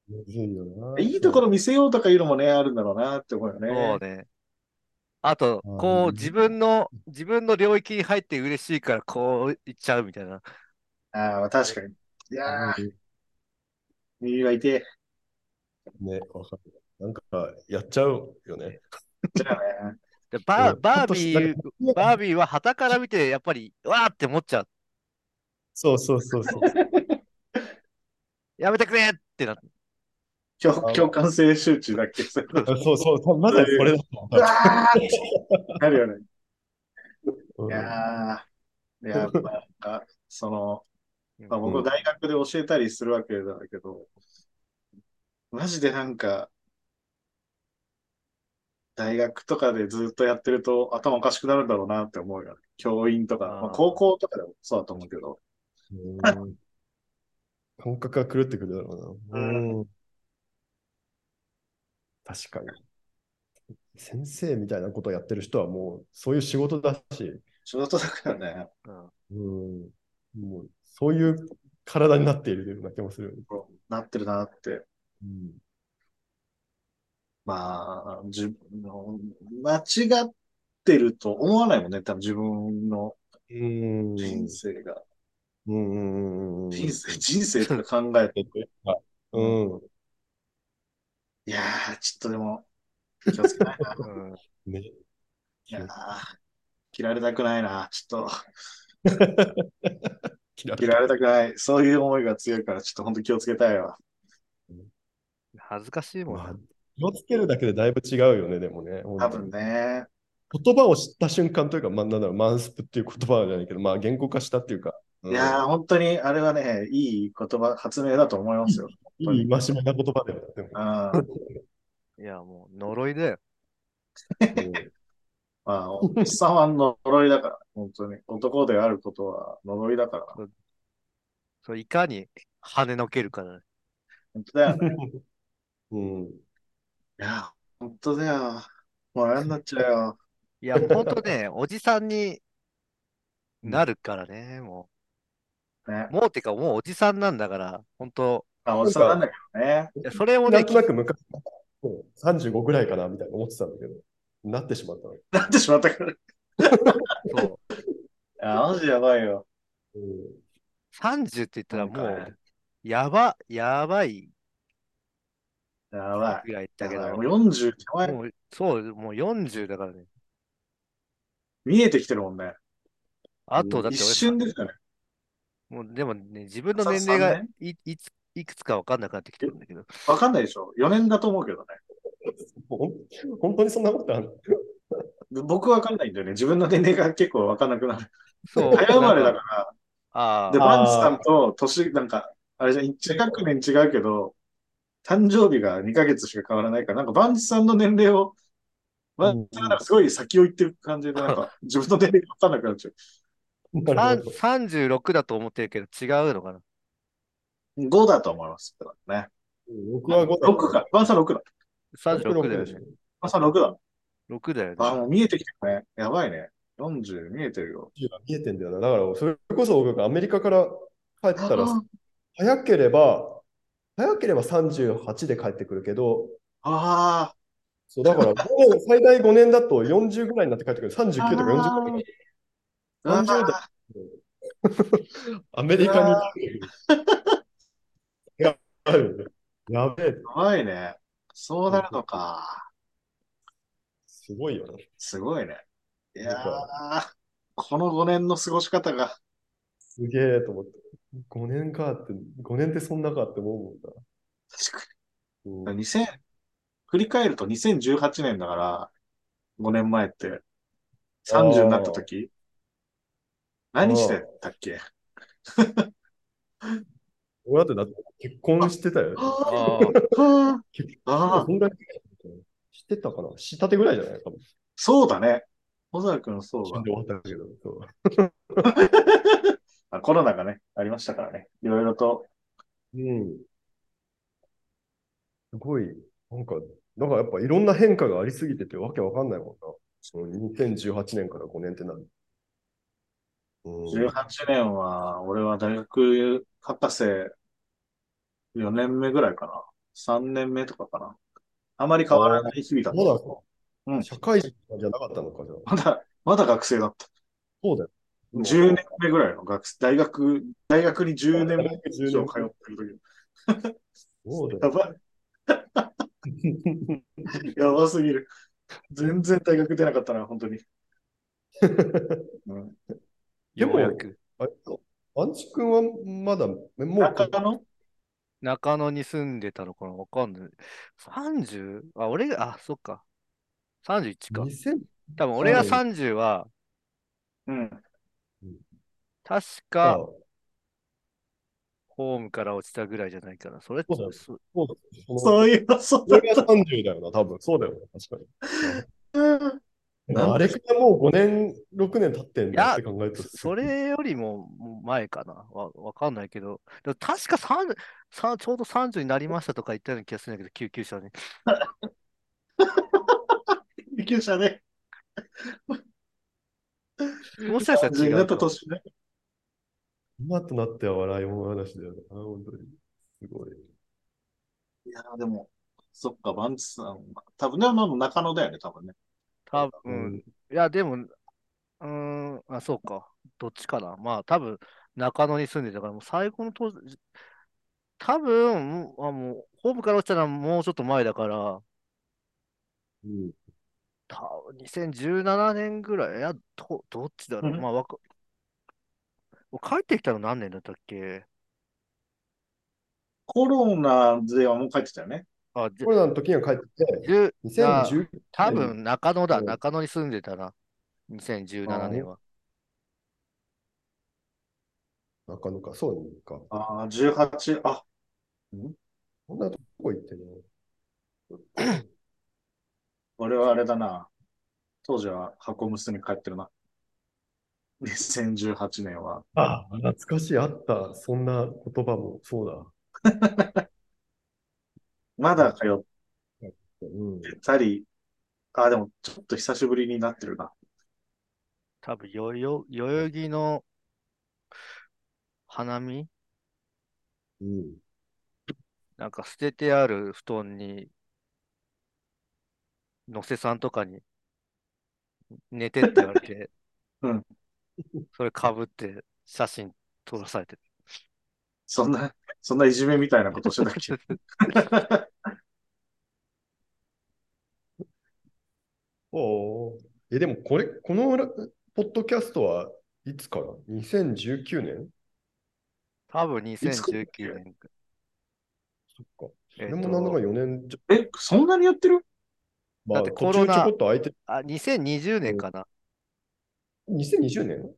Speaker 2: むずいよな。
Speaker 3: ー、いいところ見せようとかいうのもね、あるんだろうなって思うよ
Speaker 1: そう
Speaker 3: ね。
Speaker 1: ね。あと、
Speaker 2: うん
Speaker 1: こう、自分の、自分の領域に入って嬉しいから、こう、行っちゃうみたいな。
Speaker 3: ああ、確かに。いやー、
Speaker 2: う
Speaker 3: 右が痛い。
Speaker 2: んね、わかる。なんか、やっちゃうよね。
Speaker 3: じゃあね。
Speaker 1: でバ
Speaker 2: う
Speaker 1: ー
Speaker 2: ん
Speaker 1: バービ
Speaker 2: ほん
Speaker 1: ー
Speaker 2: と、なんか
Speaker 1: バービーは旗から見て、やっぱり、わーって思っちゃう。
Speaker 2: そうそうそうそう。
Speaker 1: やめてくれってなって、
Speaker 3: 共共感性周知だっけそう
Speaker 2: [LAUGHS]
Speaker 3: いうこと
Speaker 2: そうそう、まさにそれだと思
Speaker 3: うわーってなるよね。
Speaker 2: う
Speaker 3: いやー、やっぱなんか、その、まあ、
Speaker 2: う
Speaker 3: 僕、
Speaker 2: ん
Speaker 3: 大学で教えたりするわけなんだけど、マジでなんか、大学とかでずっとやってると頭おかしくなるんだろうなって思うよね。教員とか、
Speaker 1: あー
Speaker 3: まあ、高校とかでもそうだと思うけど、
Speaker 2: うん感覚が狂ってくるだろうな。
Speaker 3: うん
Speaker 2: うん確かに。先生みたいなことをやってる人はもうそういう仕事だし、
Speaker 3: 仕事だからね、
Speaker 1: うん
Speaker 2: うん、もうそういう体になっているような気もするよね。
Speaker 3: こうなってるなって。
Speaker 2: うん
Speaker 3: まあ、自分の、間違ってると思わないもんね、多分自分の
Speaker 2: うん
Speaker 3: 人生が。
Speaker 2: うんうんうんうん
Speaker 3: 人生、人生とか考えてて。
Speaker 2: うん。
Speaker 3: いやー、ちょっとでも、気をつけな
Speaker 2: [LAUGHS]
Speaker 3: いな。
Speaker 1: うん
Speaker 2: ね
Speaker 3: いやー、切られたくないな。ちょっと、
Speaker 2: 嫌い
Speaker 3: 切られたくない。そういう思いが強いから、ちょっと本当気をつけたいわ。
Speaker 1: 恥ずかしいもん
Speaker 2: ま
Speaker 1: な
Speaker 2: あ。気をつけるだけでだいぶ違うよね、でもね。
Speaker 3: 多分ね。
Speaker 2: 言葉を知った瞬間というか、まあ、なんだろう、マンスプっていう言葉じゃないけど、まあ、言語化したっていうか、
Speaker 3: いやー、本当に、あれはね、いい言葉、発明だと思いますよ。
Speaker 2: うん、いい戒めな言葉だよね。でも
Speaker 3: うん。ま
Speaker 1: いや、もう呪いだよ。
Speaker 3: あ、おっさんは呪いだから、本当に。男であることは呪いだから。
Speaker 1: それいかに跳ねのけるかだね。
Speaker 3: 本当だよ
Speaker 1: [LAUGHS]
Speaker 3: ね。
Speaker 2: うん。うん
Speaker 3: いやー、本当だよ。もう嫌になっちゃうよ。
Speaker 1: い
Speaker 3: [LAUGHS]
Speaker 1: や、ほんとね、おじさんになるからね、も
Speaker 3: ね
Speaker 1: う。。もうてか、もうおじさんなんだから、ほんと。
Speaker 3: あ、おっさんなんだけどね。
Speaker 1: いやそれを
Speaker 2: な
Speaker 1: ね、
Speaker 2: んとなく昔、そう35ぐらいかなみたいな思ってたんだけど、なってしまったの。
Speaker 3: なってしまったから。
Speaker 1: そう
Speaker 3: あ、マジやばいよ。
Speaker 2: う
Speaker 1: 30って言ったらも
Speaker 3: なんかね
Speaker 1: う、やば、やばい
Speaker 3: やばい。
Speaker 1: ぐらいだけ
Speaker 3: やばい
Speaker 1: ど、
Speaker 3: もう40手前、
Speaker 1: もう、そう、もう40だからね。
Speaker 3: 見えてきてるもんね。
Speaker 1: あと、だって俺
Speaker 3: 一瞬ですよね。
Speaker 1: もうでもね、自分の
Speaker 3: さ
Speaker 1: 年齢が
Speaker 3: 三
Speaker 1: いいついくつか分かんなくなってきてるんだけど、
Speaker 3: わかんないでしょ。4年だと思うけどね。
Speaker 2: ほん本当にそんなことある
Speaker 3: ぶ僕わかんないんだよね。自分の年齢が結構わかんなくなる。
Speaker 1: そう。
Speaker 3: 早生まれ
Speaker 1: な
Speaker 3: だ
Speaker 1: んか
Speaker 3: か
Speaker 1: あ
Speaker 3: ら。
Speaker 1: あ
Speaker 3: で、、マンスさんと年、なんか、あれじゃん、1学年違うけど、誕生日が2ヶ月しか変わらないから、なんかバンチさんの年齢を、バンチさんなんかすごい先を行ってる感
Speaker 2: [LAUGHS]
Speaker 3: じで、なんか自分の年齢がわかんなくなっちゃう。
Speaker 2: な
Speaker 1: さ
Speaker 2: るほど
Speaker 1: ん36だと思ってるけど違うのかな。
Speaker 3: 5だと思います。ね。
Speaker 2: [LAUGHS] 僕は5
Speaker 3: 6か。バンチさん6だ。
Speaker 1: 36だよ
Speaker 2: でし
Speaker 1: ね
Speaker 2: ょ。。
Speaker 3: バンチさん6だ。
Speaker 1: 6だよね。
Speaker 3: あ、もう見えてきてるね。やばいね。40見えてるよ。
Speaker 2: 見えてんだよな。だから、それこそ僕がアメリカから帰ったら
Speaker 3: あ、
Speaker 2: 早ければ、早ければ38で帰ってくるけど、
Speaker 3: あ
Speaker 2: そうだ
Speaker 3: [LAUGHS]
Speaker 2: から、もう最大5年だと40ぐらいになって帰ってくる。39とか40ぐらい。
Speaker 3: あ。あ
Speaker 2: 40代
Speaker 3: ー
Speaker 2: アメリカに行く。やばいよね。やべえ。
Speaker 3: やばいね。そうなるのか。
Speaker 2: すごいよね。
Speaker 3: すごいね。いや
Speaker 2: なん
Speaker 3: ー、この5年の過ごし方が、
Speaker 2: すげえと思って。5年かって、5年ってそんなかって思
Speaker 3: 確か
Speaker 2: うもんな。
Speaker 3: に2000、振り返ると2018年だから、5年前って、30になった時、何してたっけ
Speaker 2: 俺だってだって結婚してたよね。
Speaker 1: あ
Speaker 3: あ
Speaker 2: 結婚
Speaker 3: あ
Speaker 2: そ、んぐらいしてたかなしたてぐらいじゃない多分。
Speaker 3: そうだね。小沢君そう
Speaker 2: 死
Speaker 3: だ
Speaker 2: んで終わったけど。そう
Speaker 3: あ。コロナがね、ありましたからね。いろいろと。
Speaker 2: うん。すごい、なんか、だからやっぱいろんな変化がありすぎててわけわかんないもんな。その2018年から5年ってなる。うん。
Speaker 3: 18年は、俺は大学博士4年目ぐらいかな。3年目とかかな。あまり変わらない日々だった。
Speaker 2: まだ
Speaker 3: うん
Speaker 2: 社会人じゃなかったのかじゃあ。
Speaker 3: まだ、まだ学生だった。
Speaker 2: そうだよ。
Speaker 3: 10年目ぐらいの学生、大学、大学に10年目以上
Speaker 2: 10
Speaker 3: 通ってる
Speaker 2: そうだ
Speaker 3: 時。や
Speaker 2: よ。
Speaker 3: ばい。やばすぎる。全然大学出なかったな、本当に。うん、
Speaker 2: でも
Speaker 1: ようやく。
Speaker 2: あれアンチ君はまだ、もう、
Speaker 3: 中野
Speaker 1: 中野に住んでたのかなわかんない。30? あ、俺が、あ、そっか。31か。
Speaker 2: 2000
Speaker 1: 多分俺が30は、
Speaker 3: うん。
Speaker 1: 確
Speaker 2: あ
Speaker 1: かホームから落ちたぐらいじゃないかな。それって
Speaker 2: そうだよ
Speaker 1: そ
Speaker 2: そうだよその
Speaker 3: そういえば、そうだ
Speaker 2: 俺が30だよな、多分。そうだよな、確かに。
Speaker 3: なん
Speaker 2: あれからもう5年、6年経ってんだって考えると。
Speaker 1: それよりも前かな。わわかんないけど。でも確か30さちょうど30になりましたとか言ったような気がするんだけど、救急車に。
Speaker 3: 救急車ね。
Speaker 1: もしかしたら違
Speaker 3: だ
Speaker 1: う
Speaker 3: った
Speaker 1: か。
Speaker 3: 年ね。
Speaker 2: 今となっては笑いもの話だよな、本当に。すごい。
Speaker 3: いや、でも、そっか、バンチさん。多分ね、まあ中野だよね、多分ね。
Speaker 1: 多分、いや、でも、うーん、あ、そうか。どっちかな。まあ、多分、中野に住んでたから、もう最後の当時、多分、もうあ、もう、ホームから落ちたのはもうちょっと前だから、
Speaker 2: うん。
Speaker 1: た2017年ぐらい、いや、ど、どっちだろう。
Speaker 3: うん
Speaker 1: まあ、わか、帰ってきたの何年だったっけ
Speaker 3: コロナではもう帰ってたよね。
Speaker 1: あ、じゃ
Speaker 2: コ、ロナの時には帰ってきて、
Speaker 1: 10
Speaker 2: 2019年。
Speaker 1: 多分中野だ。
Speaker 2: うん
Speaker 1: 中野に住んでたな。2017年は。
Speaker 2: 中野か、そうか。
Speaker 3: ああ、18、あ、
Speaker 2: こんなとこ行ってね。
Speaker 3: 俺はあれだな。当時は箱娘に帰ってるな。2018年は。
Speaker 2: ああ、懐かしい、あった。そんな言葉も、そう
Speaker 3: まだ通っ
Speaker 2: だ。うん。
Speaker 3: てたり、あ、でもちょっと久しぶりになってるな。
Speaker 1: 多分よよ、代々木の花見
Speaker 2: うん。
Speaker 1: なんか捨ててある布団に、のせさんとかに、寝てって言われて、
Speaker 3: うん
Speaker 1: それかぶって写真撮らされてる。
Speaker 3: そんな、そんないじめみたいなことしてたっけ
Speaker 2: おお。え、でもこれ、このラポッドキャストはいつから ?2019 年
Speaker 1: 多分
Speaker 3: 作ったっけ
Speaker 1: 2019年か。
Speaker 2: そっか。
Speaker 1: えっ
Speaker 2: でもなんだか
Speaker 1: と、
Speaker 2: 4年じゃ、
Speaker 3: [LAUGHS] え、そんなにやってる
Speaker 2: ま
Speaker 1: だ
Speaker 2: あ、
Speaker 1: って
Speaker 2: 途
Speaker 1: コロ
Speaker 2: 中ち
Speaker 1: ナ
Speaker 2: ょこっと空いて、
Speaker 1: あ、2020年かな。
Speaker 2: 2020年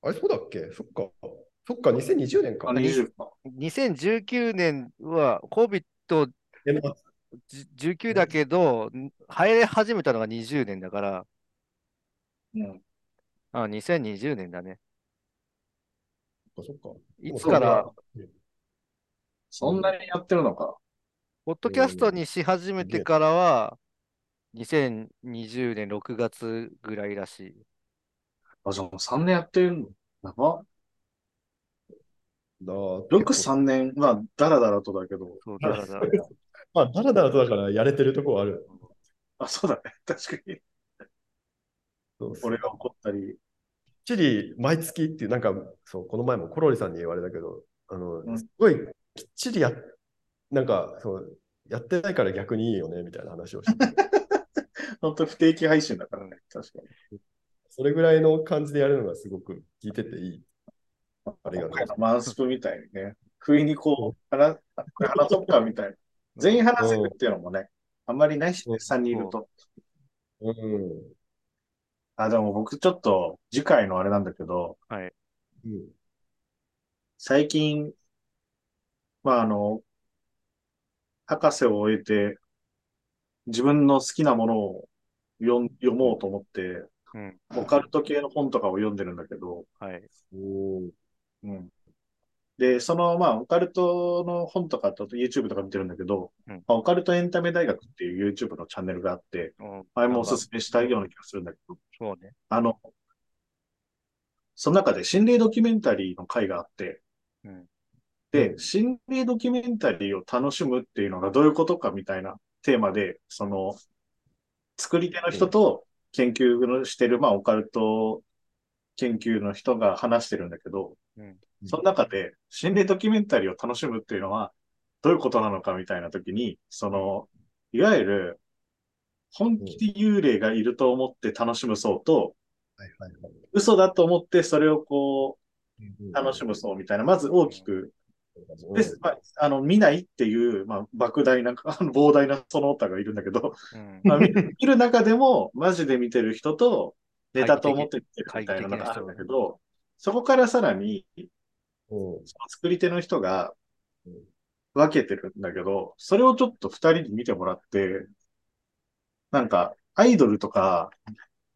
Speaker 2: あれ、そうだっけそっか。そっか、2020年
Speaker 3: あ、
Speaker 2: か。
Speaker 3: 20か。
Speaker 1: 2019年は COVID
Speaker 2: えまあ
Speaker 1: じ19だけど、ん入れ始めたのが20年だから、
Speaker 3: うん。
Speaker 1: あ、2020年だね。
Speaker 2: そっか、そっか。
Speaker 1: い
Speaker 2: もう
Speaker 1: つから、
Speaker 3: そんなにやってるのか。
Speaker 1: ポッドキャストにし始めてからは、2020年6月ぐらいらしい。
Speaker 3: あ、じゃあもう3年やってるの。やば。
Speaker 2: だよ
Speaker 3: よく3年、まあ、だらだらとだけど。
Speaker 1: そうだから
Speaker 3: [LAUGHS]
Speaker 2: まあ、だらだらとだからやれてるとこはある。
Speaker 3: あ、そうだね。確かに。
Speaker 2: そうそう
Speaker 3: 俺が怒ったり。
Speaker 2: きっちり毎月っていう、なんか、そう、この前もコロリさんに言われたけど、あの、
Speaker 3: うん
Speaker 2: すごいきっちりや、なんか、そう、やってないから逆にいいよね、みたいな話をして
Speaker 3: [LAUGHS]
Speaker 2: て、
Speaker 3: 本当不定期配信だからね。確かに。
Speaker 2: それぐらいの感じでやるのがすごく聞いてていい。ありがとうございます
Speaker 3: マンスプみたいにね。不意にこう、話、これ話そうかみたいな。全員話せるっていうのもね、あんまりないしね、3人いると。
Speaker 2: うん。
Speaker 3: あ、でも僕ちょっと、次回のあれなんだけど、
Speaker 2: うん。
Speaker 3: 最近、まああの、博士を終えて、自分の好きなものを読ん読もうと思って、
Speaker 1: うん。
Speaker 3: オカルト系の本とかを読んでるんだけど、
Speaker 1: はい。
Speaker 2: おー
Speaker 3: うん。で、その、まあ、オカルトの本とかと YouTube とか見てるんだけど、
Speaker 1: うん
Speaker 3: まあ、オカルトエンタメ大学っていう YouTube のチャンネルがあって、
Speaker 1: うん
Speaker 3: あれもおすすめしたいような気がするんだけど、
Speaker 1: そうね。
Speaker 3: あの、その中で心霊ドキュメンタリーの回があって、
Speaker 1: うん。
Speaker 3: で、心霊ドキュメンタリーを楽しむっていうのがどういうことかみたいなテーマで、その、作り手の人と研究のしてる、まあ、オカルト研究の人が話してるんだけど、
Speaker 1: うん。
Speaker 3: その中で、心霊ドキュメンタリーを楽しむっていうのは、どういうことなのかみたいな時に、その、いわゆる、本気で幽霊がいると思って楽しむ層と、
Speaker 2: はいはいはい。
Speaker 3: 嘘だと思ってそれをこう、楽
Speaker 2: し
Speaker 3: しむ層みたいな、まず大きくで、まあ、あの、見ないっていう、まあ、莫大な、 [LAUGHS] あの膨大なその他がいるんだけ [LAUGHS] ど、
Speaker 1: うん
Speaker 3: まあ、見見る中でも、マジで見てる人と、ネタと思って見てるみたいなのがあるんだけど、そこからさらに、
Speaker 2: うん
Speaker 3: その作り手の人が分けてるんだけど、それをちょっと二人に見てもらって、なんか、アイドルとか、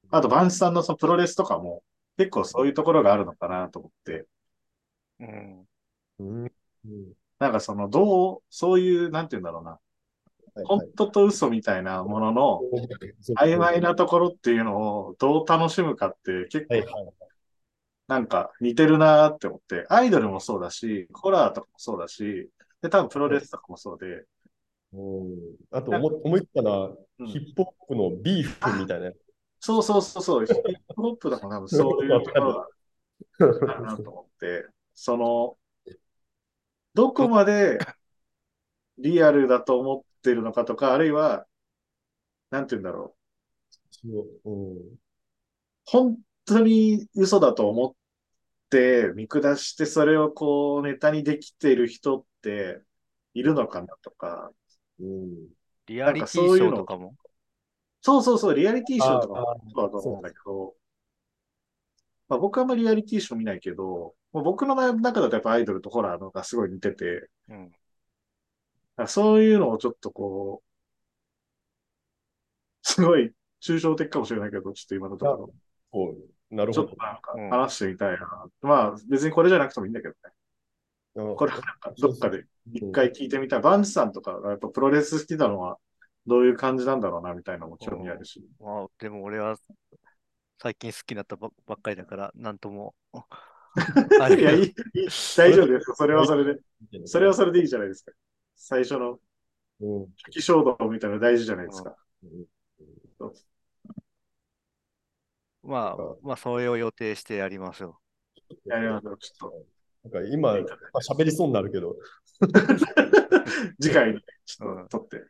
Speaker 3: あとバンチさんのそのプロレスとかも、結構そういうところがあるのかなと思って、
Speaker 1: うん
Speaker 2: うん
Speaker 3: なんかその、どう、そういう、なんて言うんだろうな、
Speaker 2: はい
Speaker 3: 本
Speaker 2: はい
Speaker 3: 当と嘘みたいなものの、曖昧なところっていうのをどう楽しむかって結
Speaker 2: はい
Speaker 3: 構
Speaker 2: はい
Speaker 3: なんか似てるなーって思って、アイドルもそうだし、ホラーとかもそうだし、で、多分プロレスとかもそうで、
Speaker 2: うんあと思思いついたら、
Speaker 3: うん
Speaker 2: ヒップホップのビーフみたいなやつ。
Speaker 3: そうそうそうそう、ヒップホップとかも多分そういうところがあるなと思って、その、どこまでリアルだと思ってるのかとか、あるいは、なんて言うんだろう、
Speaker 2: うん
Speaker 3: 本当に嘘だと思って見下して、それをこうネタにできている人っているのかなとか、
Speaker 2: うん
Speaker 1: リアリティショーとかも。
Speaker 3: そうそうそう、リアリティショーとか
Speaker 2: あ
Speaker 3: もそうだと思うんだけど、まあ、僕はあんまりリアリティショー見ないけど、もう僕の中だとやっぱアイドルとホラーのがすごい似てて、
Speaker 1: うん
Speaker 3: なんかそういうのをちょっとこう、すごい抽象的かもしれないけど、ちょっと今のところ。
Speaker 2: こうなる
Speaker 3: ちょ
Speaker 2: ほ
Speaker 3: っとなんか
Speaker 1: うん
Speaker 3: 話してみたいな。まあ別にこれじゃなくてもいいんだけどね。
Speaker 2: ど。
Speaker 3: これはなんかどっかで一回聞いてみたい。バンジさんとかがやっぱプロレス好きなのはどういう感じなんだろうなみたいなのも興味あるし。
Speaker 1: まあ、でも俺は最近好きになったばばっかりだから、なんと
Speaker 3: [LAUGHS]
Speaker 1: も。あ
Speaker 3: いや、い
Speaker 1: れ
Speaker 3: い、いい大丈夫ですよ。それはそれで。
Speaker 2: うん
Speaker 3: それはそれでいいじゃないですか。最初の
Speaker 2: うん
Speaker 3: 初期衝動みたいなの大事じゃないですか。
Speaker 1: まあ、まあ、それを予定してやりましょ
Speaker 3: いやいや、ちょっと、
Speaker 2: なんか今、まあ喋りそうになるけど、
Speaker 3: 次回にちょっと撮って。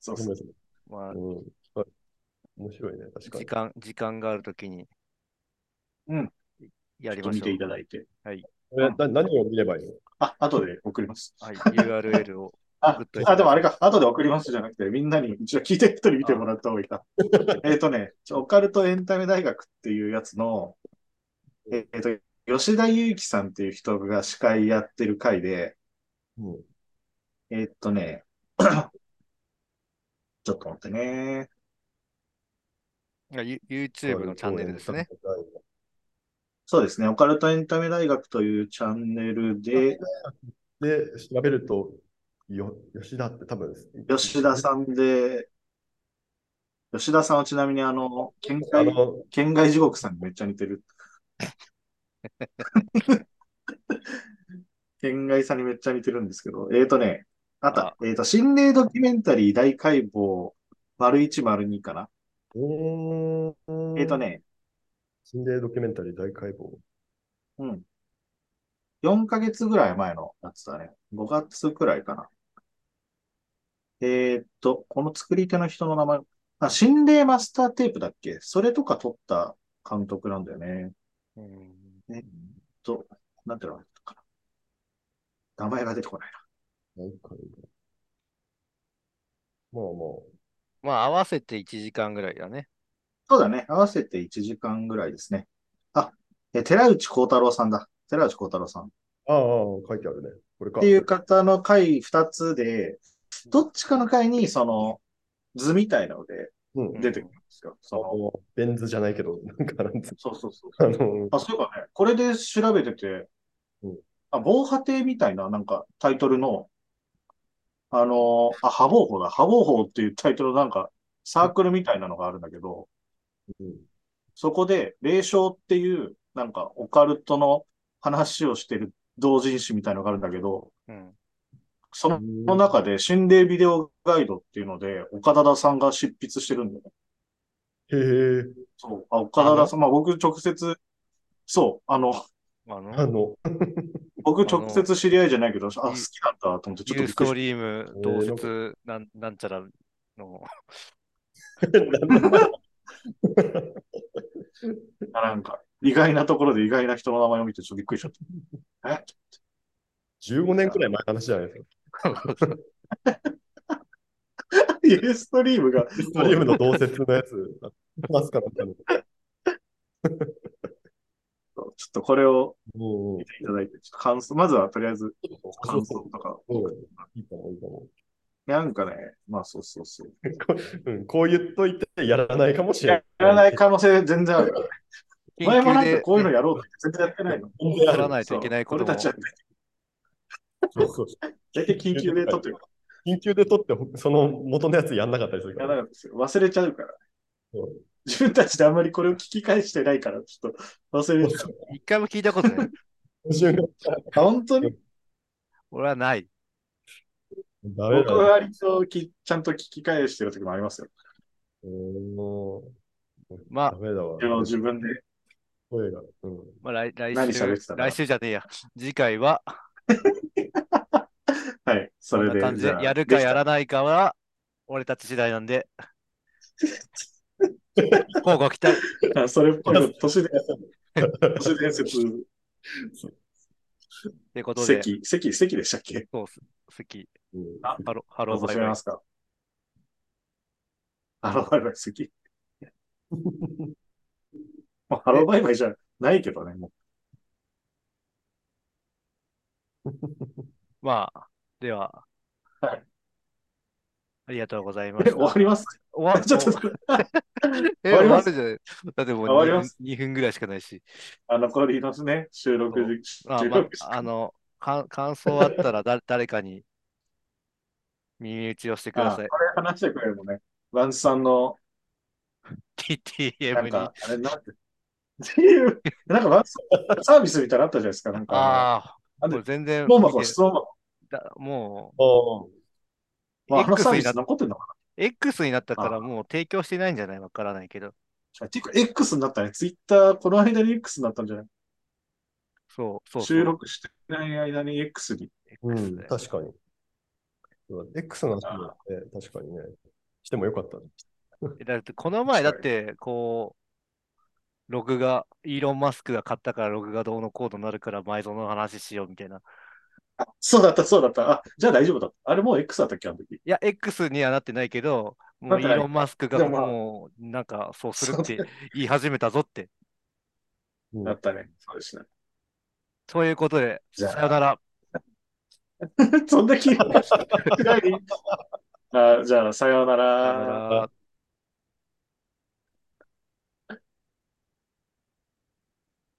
Speaker 3: そう
Speaker 2: ご
Speaker 3: そ
Speaker 2: めん
Speaker 3: う
Speaker 2: な。さい。
Speaker 1: う。まあ
Speaker 2: う、んはい面白いね、確か
Speaker 1: 時
Speaker 2: に。
Speaker 1: 間、時間があるときに
Speaker 3: うん。
Speaker 1: やり
Speaker 3: ちょっと
Speaker 1: まし
Speaker 3: 見
Speaker 1: ょ
Speaker 3: て
Speaker 1: う
Speaker 3: い。ただいて。
Speaker 2: えな何を見ればいいの
Speaker 3: あ、後で送ります。
Speaker 1: はい、URL を。
Speaker 3: あ
Speaker 1: グッとい、ただいて
Speaker 3: あ、でもあれか、後で送りますじゃなくて、みんなに一応聞いてる人に見てもらった方がいい [LAUGHS] か。えっとね、ちょオカルトエンタメ大学っていうやつの、えっ、と、吉田祐樹さんっていう人が司会やってる回で、
Speaker 2: うん
Speaker 3: えっとね、 [COUGHS] ちょっと待ってね。
Speaker 1: あゆ YouTube のチャンネルですね。。
Speaker 3: そうですね、オカルトエンタメ大学というチャンネルで、
Speaker 2: で、調べると、よ吉田って多分、
Speaker 3: 吉田さんで、吉田さんはちなみにあの、県
Speaker 2: あ
Speaker 3: 外、
Speaker 2: の、
Speaker 3: 県外地獄さんにめっちゃ似てる。 [LAUGHS] 県外さんにめっちゃ似てるんですけど、えーとね、あと
Speaker 1: あ
Speaker 3: えーと、心霊ドキュメンタリー大解剖、丸一丸二かな。
Speaker 2: うーん
Speaker 3: えーと。ね、
Speaker 2: 心霊ドキュメンタリー大解剖。
Speaker 3: うん。4ヶ月ぐらい前のやつだね。5月くらいかな。えーっと、この作り手の人の名前、あ、心霊マスターテープだっけそれとか撮った監督なんだよね。
Speaker 1: うん
Speaker 3: えっと、なんていうのかな。名前が出てこないな。
Speaker 2: 大解剖。まあま
Speaker 1: まあ、
Speaker 2: あ。
Speaker 1: 合わせて1時間ぐらいだね。
Speaker 3: そうだね。合わせて1時間ぐらいですね。あ、え寺内幸太郎さんだ。寺内幸太郎さん。っ
Speaker 2: ああ、書いてあるね。これか。
Speaker 3: ていう方の回2つで、どっちかの回に、その、図みたいなので
Speaker 2: うん
Speaker 1: うん
Speaker 3: 出てくるんですよ。
Speaker 2: あ
Speaker 3: その、
Speaker 2: のベン図じゃないけど、なんかなんつう
Speaker 3: そうそうそう。
Speaker 2: あの、
Speaker 3: あ、そういえばね、これで調べてて
Speaker 2: うん、
Speaker 3: あ、防波堤みたいな、なんかタイトルの、あのーあ、波防法だ。波防法っていうタイトルのなんか、サークルみたいなのがあるんだけど、
Speaker 2: うん
Speaker 3: そこで、霊障っていう、なんか、オカルトの話をしてる同人誌みたいのがあるんだけど、
Speaker 1: うん。
Speaker 3: そのその中で、心霊ビデオガイドっていうので、岡田さんが執筆してるんだよね。
Speaker 2: へえ、
Speaker 3: そう。あ、岡田さん、まあ僕直接、そう、あの、
Speaker 1: あの、
Speaker 2: あの、 [LAUGHS]
Speaker 3: 僕
Speaker 1: あの
Speaker 3: 直接知り合いじゃないけど、あ、好
Speaker 1: ゆ
Speaker 3: きなんだと思って、ちょっと
Speaker 1: ユー
Speaker 3: びっ
Speaker 1: ス
Speaker 3: くり
Speaker 1: ト
Speaker 3: し
Speaker 1: リーム同説なん [LAUGHS] なんちゃら
Speaker 3: [LAUGHS]
Speaker 1: の、
Speaker 3: た。なんか、意外なところで意外な人の名前を見て、ちょっとびっくりしちゃった。え
Speaker 2: 15年くらい前の話じゃないですか。
Speaker 3: [LAUGHS] ユーストリームが、
Speaker 2: ストリームの同説のやつ、話すからったの。
Speaker 3: ちょっとこれを
Speaker 2: うんうん
Speaker 3: 見ていただいて、ちょっと感想、まずはとりあえず感想とか。
Speaker 2: うんいいかも、いいかも。
Speaker 3: なんかね、まあそうそうそう。
Speaker 2: うん、こう言っといて、やらないかもしれな
Speaker 3: や
Speaker 2: い。
Speaker 3: らない可能性全然あるから。
Speaker 1: 緊
Speaker 3: 前もなん
Speaker 1: 急
Speaker 3: か
Speaker 1: で
Speaker 3: こういうのやろうって全然やってないの。
Speaker 2: 全然あ
Speaker 1: や
Speaker 2: る
Speaker 1: らないといけないこと
Speaker 3: そう俺
Speaker 1: も
Speaker 3: たちは
Speaker 2: そうそう
Speaker 3: 大体緊急で撮ってるか
Speaker 2: 緊急で取って、その元のやつやんなかったりする
Speaker 3: ら
Speaker 2: か
Speaker 3: やら
Speaker 2: ら。
Speaker 3: ないんですよ。忘れちゃうから。
Speaker 2: そう
Speaker 3: 自分たちであんまりこれを聞き返してないから、ちょっと忘れてた。
Speaker 1: 一回も聞いたこと
Speaker 3: [LAUGHS]
Speaker 1: ない。
Speaker 2: 今週が
Speaker 3: 本当に
Speaker 1: 俺はない。
Speaker 2: ダメ
Speaker 3: 僕
Speaker 2: だ
Speaker 3: は
Speaker 2: ね。
Speaker 3: 割ときちゃんと聞き返してる時もありますよ。
Speaker 2: うん
Speaker 1: まあ
Speaker 2: ダメだわ。
Speaker 3: 自分で。
Speaker 2: 声が。うん
Speaker 1: まあ、来来
Speaker 3: 何喋って
Speaker 1: 週、
Speaker 3: たかな
Speaker 1: 来週じゃねえや。次回は、
Speaker 3: はい。そ
Speaker 1: こんな
Speaker 3: れで。
Speaker 1: 感じ
Speaker 3: じ
Speaker 1: で
Speaker 3: ゃあ、
Speaker 1: やるかやらないかは、俺たち次第なん
Speaker 3: [LAUGHS]
Speaker 1: で。こうご期待。
Speaker 3: あそれっぽいの
Speaker 1: [LAUGHS]
Speaker 3: 都市伝説。都市伝説、
Speaker 1: ってことで、
Speaker 3: 席、席、席でしたっけ
Speaker 1: そうす、好き。
Speaker 2: うん
Speaker 1: ハロハロ
Speaker 3: どう
Speaker 1: ー
Speaker 3: ぞ
Speaker 1: バイ
Speaker 3: 閉め
Speaker 1: バイ
Speaker 3: ま。すかハローバイバイ席。もうハローバイバイじゃないけどね、も
Speaker 1: まあ、では、
Speaker 3: はい
Speaker 1: ありがとうございま
Speaker 3: う。え
Speaker 1: し
Speaker 3: 終わ
Speaker 1: た。
Speaker 3: ります
Speaker 1: 終わ
Speaker 3: [LAUGHS] ちょっと、
Speaker 1: え、
Speaker 3: 終わ
Speaker 1: 終
Speaker 3: り
Speaker 1: わ
Speaker 3: ます
Speaker 1: るじゃない。だってもう
Speaker 3: 終わり
Speaker 1: 2
Speaker 3: ま
Speaker 1: 分 ,2 分ぐらいしかないし。
Speaker 3: あ残りのね、収録時、
Speaker 1: まあ、
Speaker 3: 収
Speaker 1: ま
Speaker 3: 録時
Speaker 1: あ、あの、か感想あったらだ [LAUGHS] 誰かに耳打ちをしてくだ
Speaker 3: あこ
Speaker 1: さ
Speaker 3: れ
Speaker 1: [LAUGHS] い。
Speaker 3: 話してくれるもんね。ランチさんの、な
Speaker 1: TTM
Speaker 3: ん
Speaker 1: に。
Speaker 3: か
Speaker 1: あ、
Speaker 3: あれ、なんて、 [LAUGHS] っていう、なんかランチさんサービスみたいなのあったじゃないですか、なんか
Speaker 1: あ
Speaker 3: あ
Speaker 1: ー、
Speaker 3: の
Speaker 1: もう全
Speaker 3: あ
Speaker 1: 然
Speaker 3: の、質問
Speaker 1: 見
Speaker 3: 箱、
Speaker 1: て
Speaker 3: 質問箱。
Speaker 1: だも
Speaker 2: あ
Speaker 1: う、
Speaker 3: まあ、あの
Speaker 1: X
Speaker 3: サー
Speaker 1: に
Speaker 3: ビ
Speaker 1: な
Speaker 3: ス残ってんのか
Speaker 1: X になったから
Speaker 3: あー
Speaker 1: もう提供してないんじゃないわからないけど。
Speaker 3: なていうか、X になったね。ツイッター、この間に X になったんじゃない
Speaker 1: そう、そうそう。
Speaker 3: 収録してない間に X に。
Speaker 2: う
Speaker 1: X
Speaker 2: ん、
Speaker 1: で
Speaker 2: 確かに。そうだ X の話もね、確かにね、してもよかったね。
Speaker 1: えだってこの前、だっ
Speaker 3: 確か
Speaker 1: て、こう、ログが、イーロン・マスクが買ったからログがどうのこうのなるから埋蔵の話しようみたいな。
Speaker 3: そうだった、そうだった。あ、じゃあ大丈夫だった。あれもう X だったっけ、あの時。
Speaker 1: いや、X にはなってないけど、も
Speaker 3: な
Speaker 1: う
Speaker 3: っ
Speaker 1: イ
Speaker 3: てない
Speaker 1: ーロン・マスクが
Speaker 3: でもまあ
Speaker 1: もう、なんかそうする
Speaker 3: そう
Speaker 1: って言い始めたぞって。
Speaker 2: [LAUGHS] うん
Speaker 3: だったね。そうですね。 [LAUGHS]
Speaker 1: ということで、
Speaker 3: じゃあ
Speaker 1: さよなら。 [LAUGHS]
Speaker 3: そんな気が [LAUGHS] あ、じゃあ、さよう
Speaker 1: さ
Speaker 3: なら
Speaker 1: よな。ら。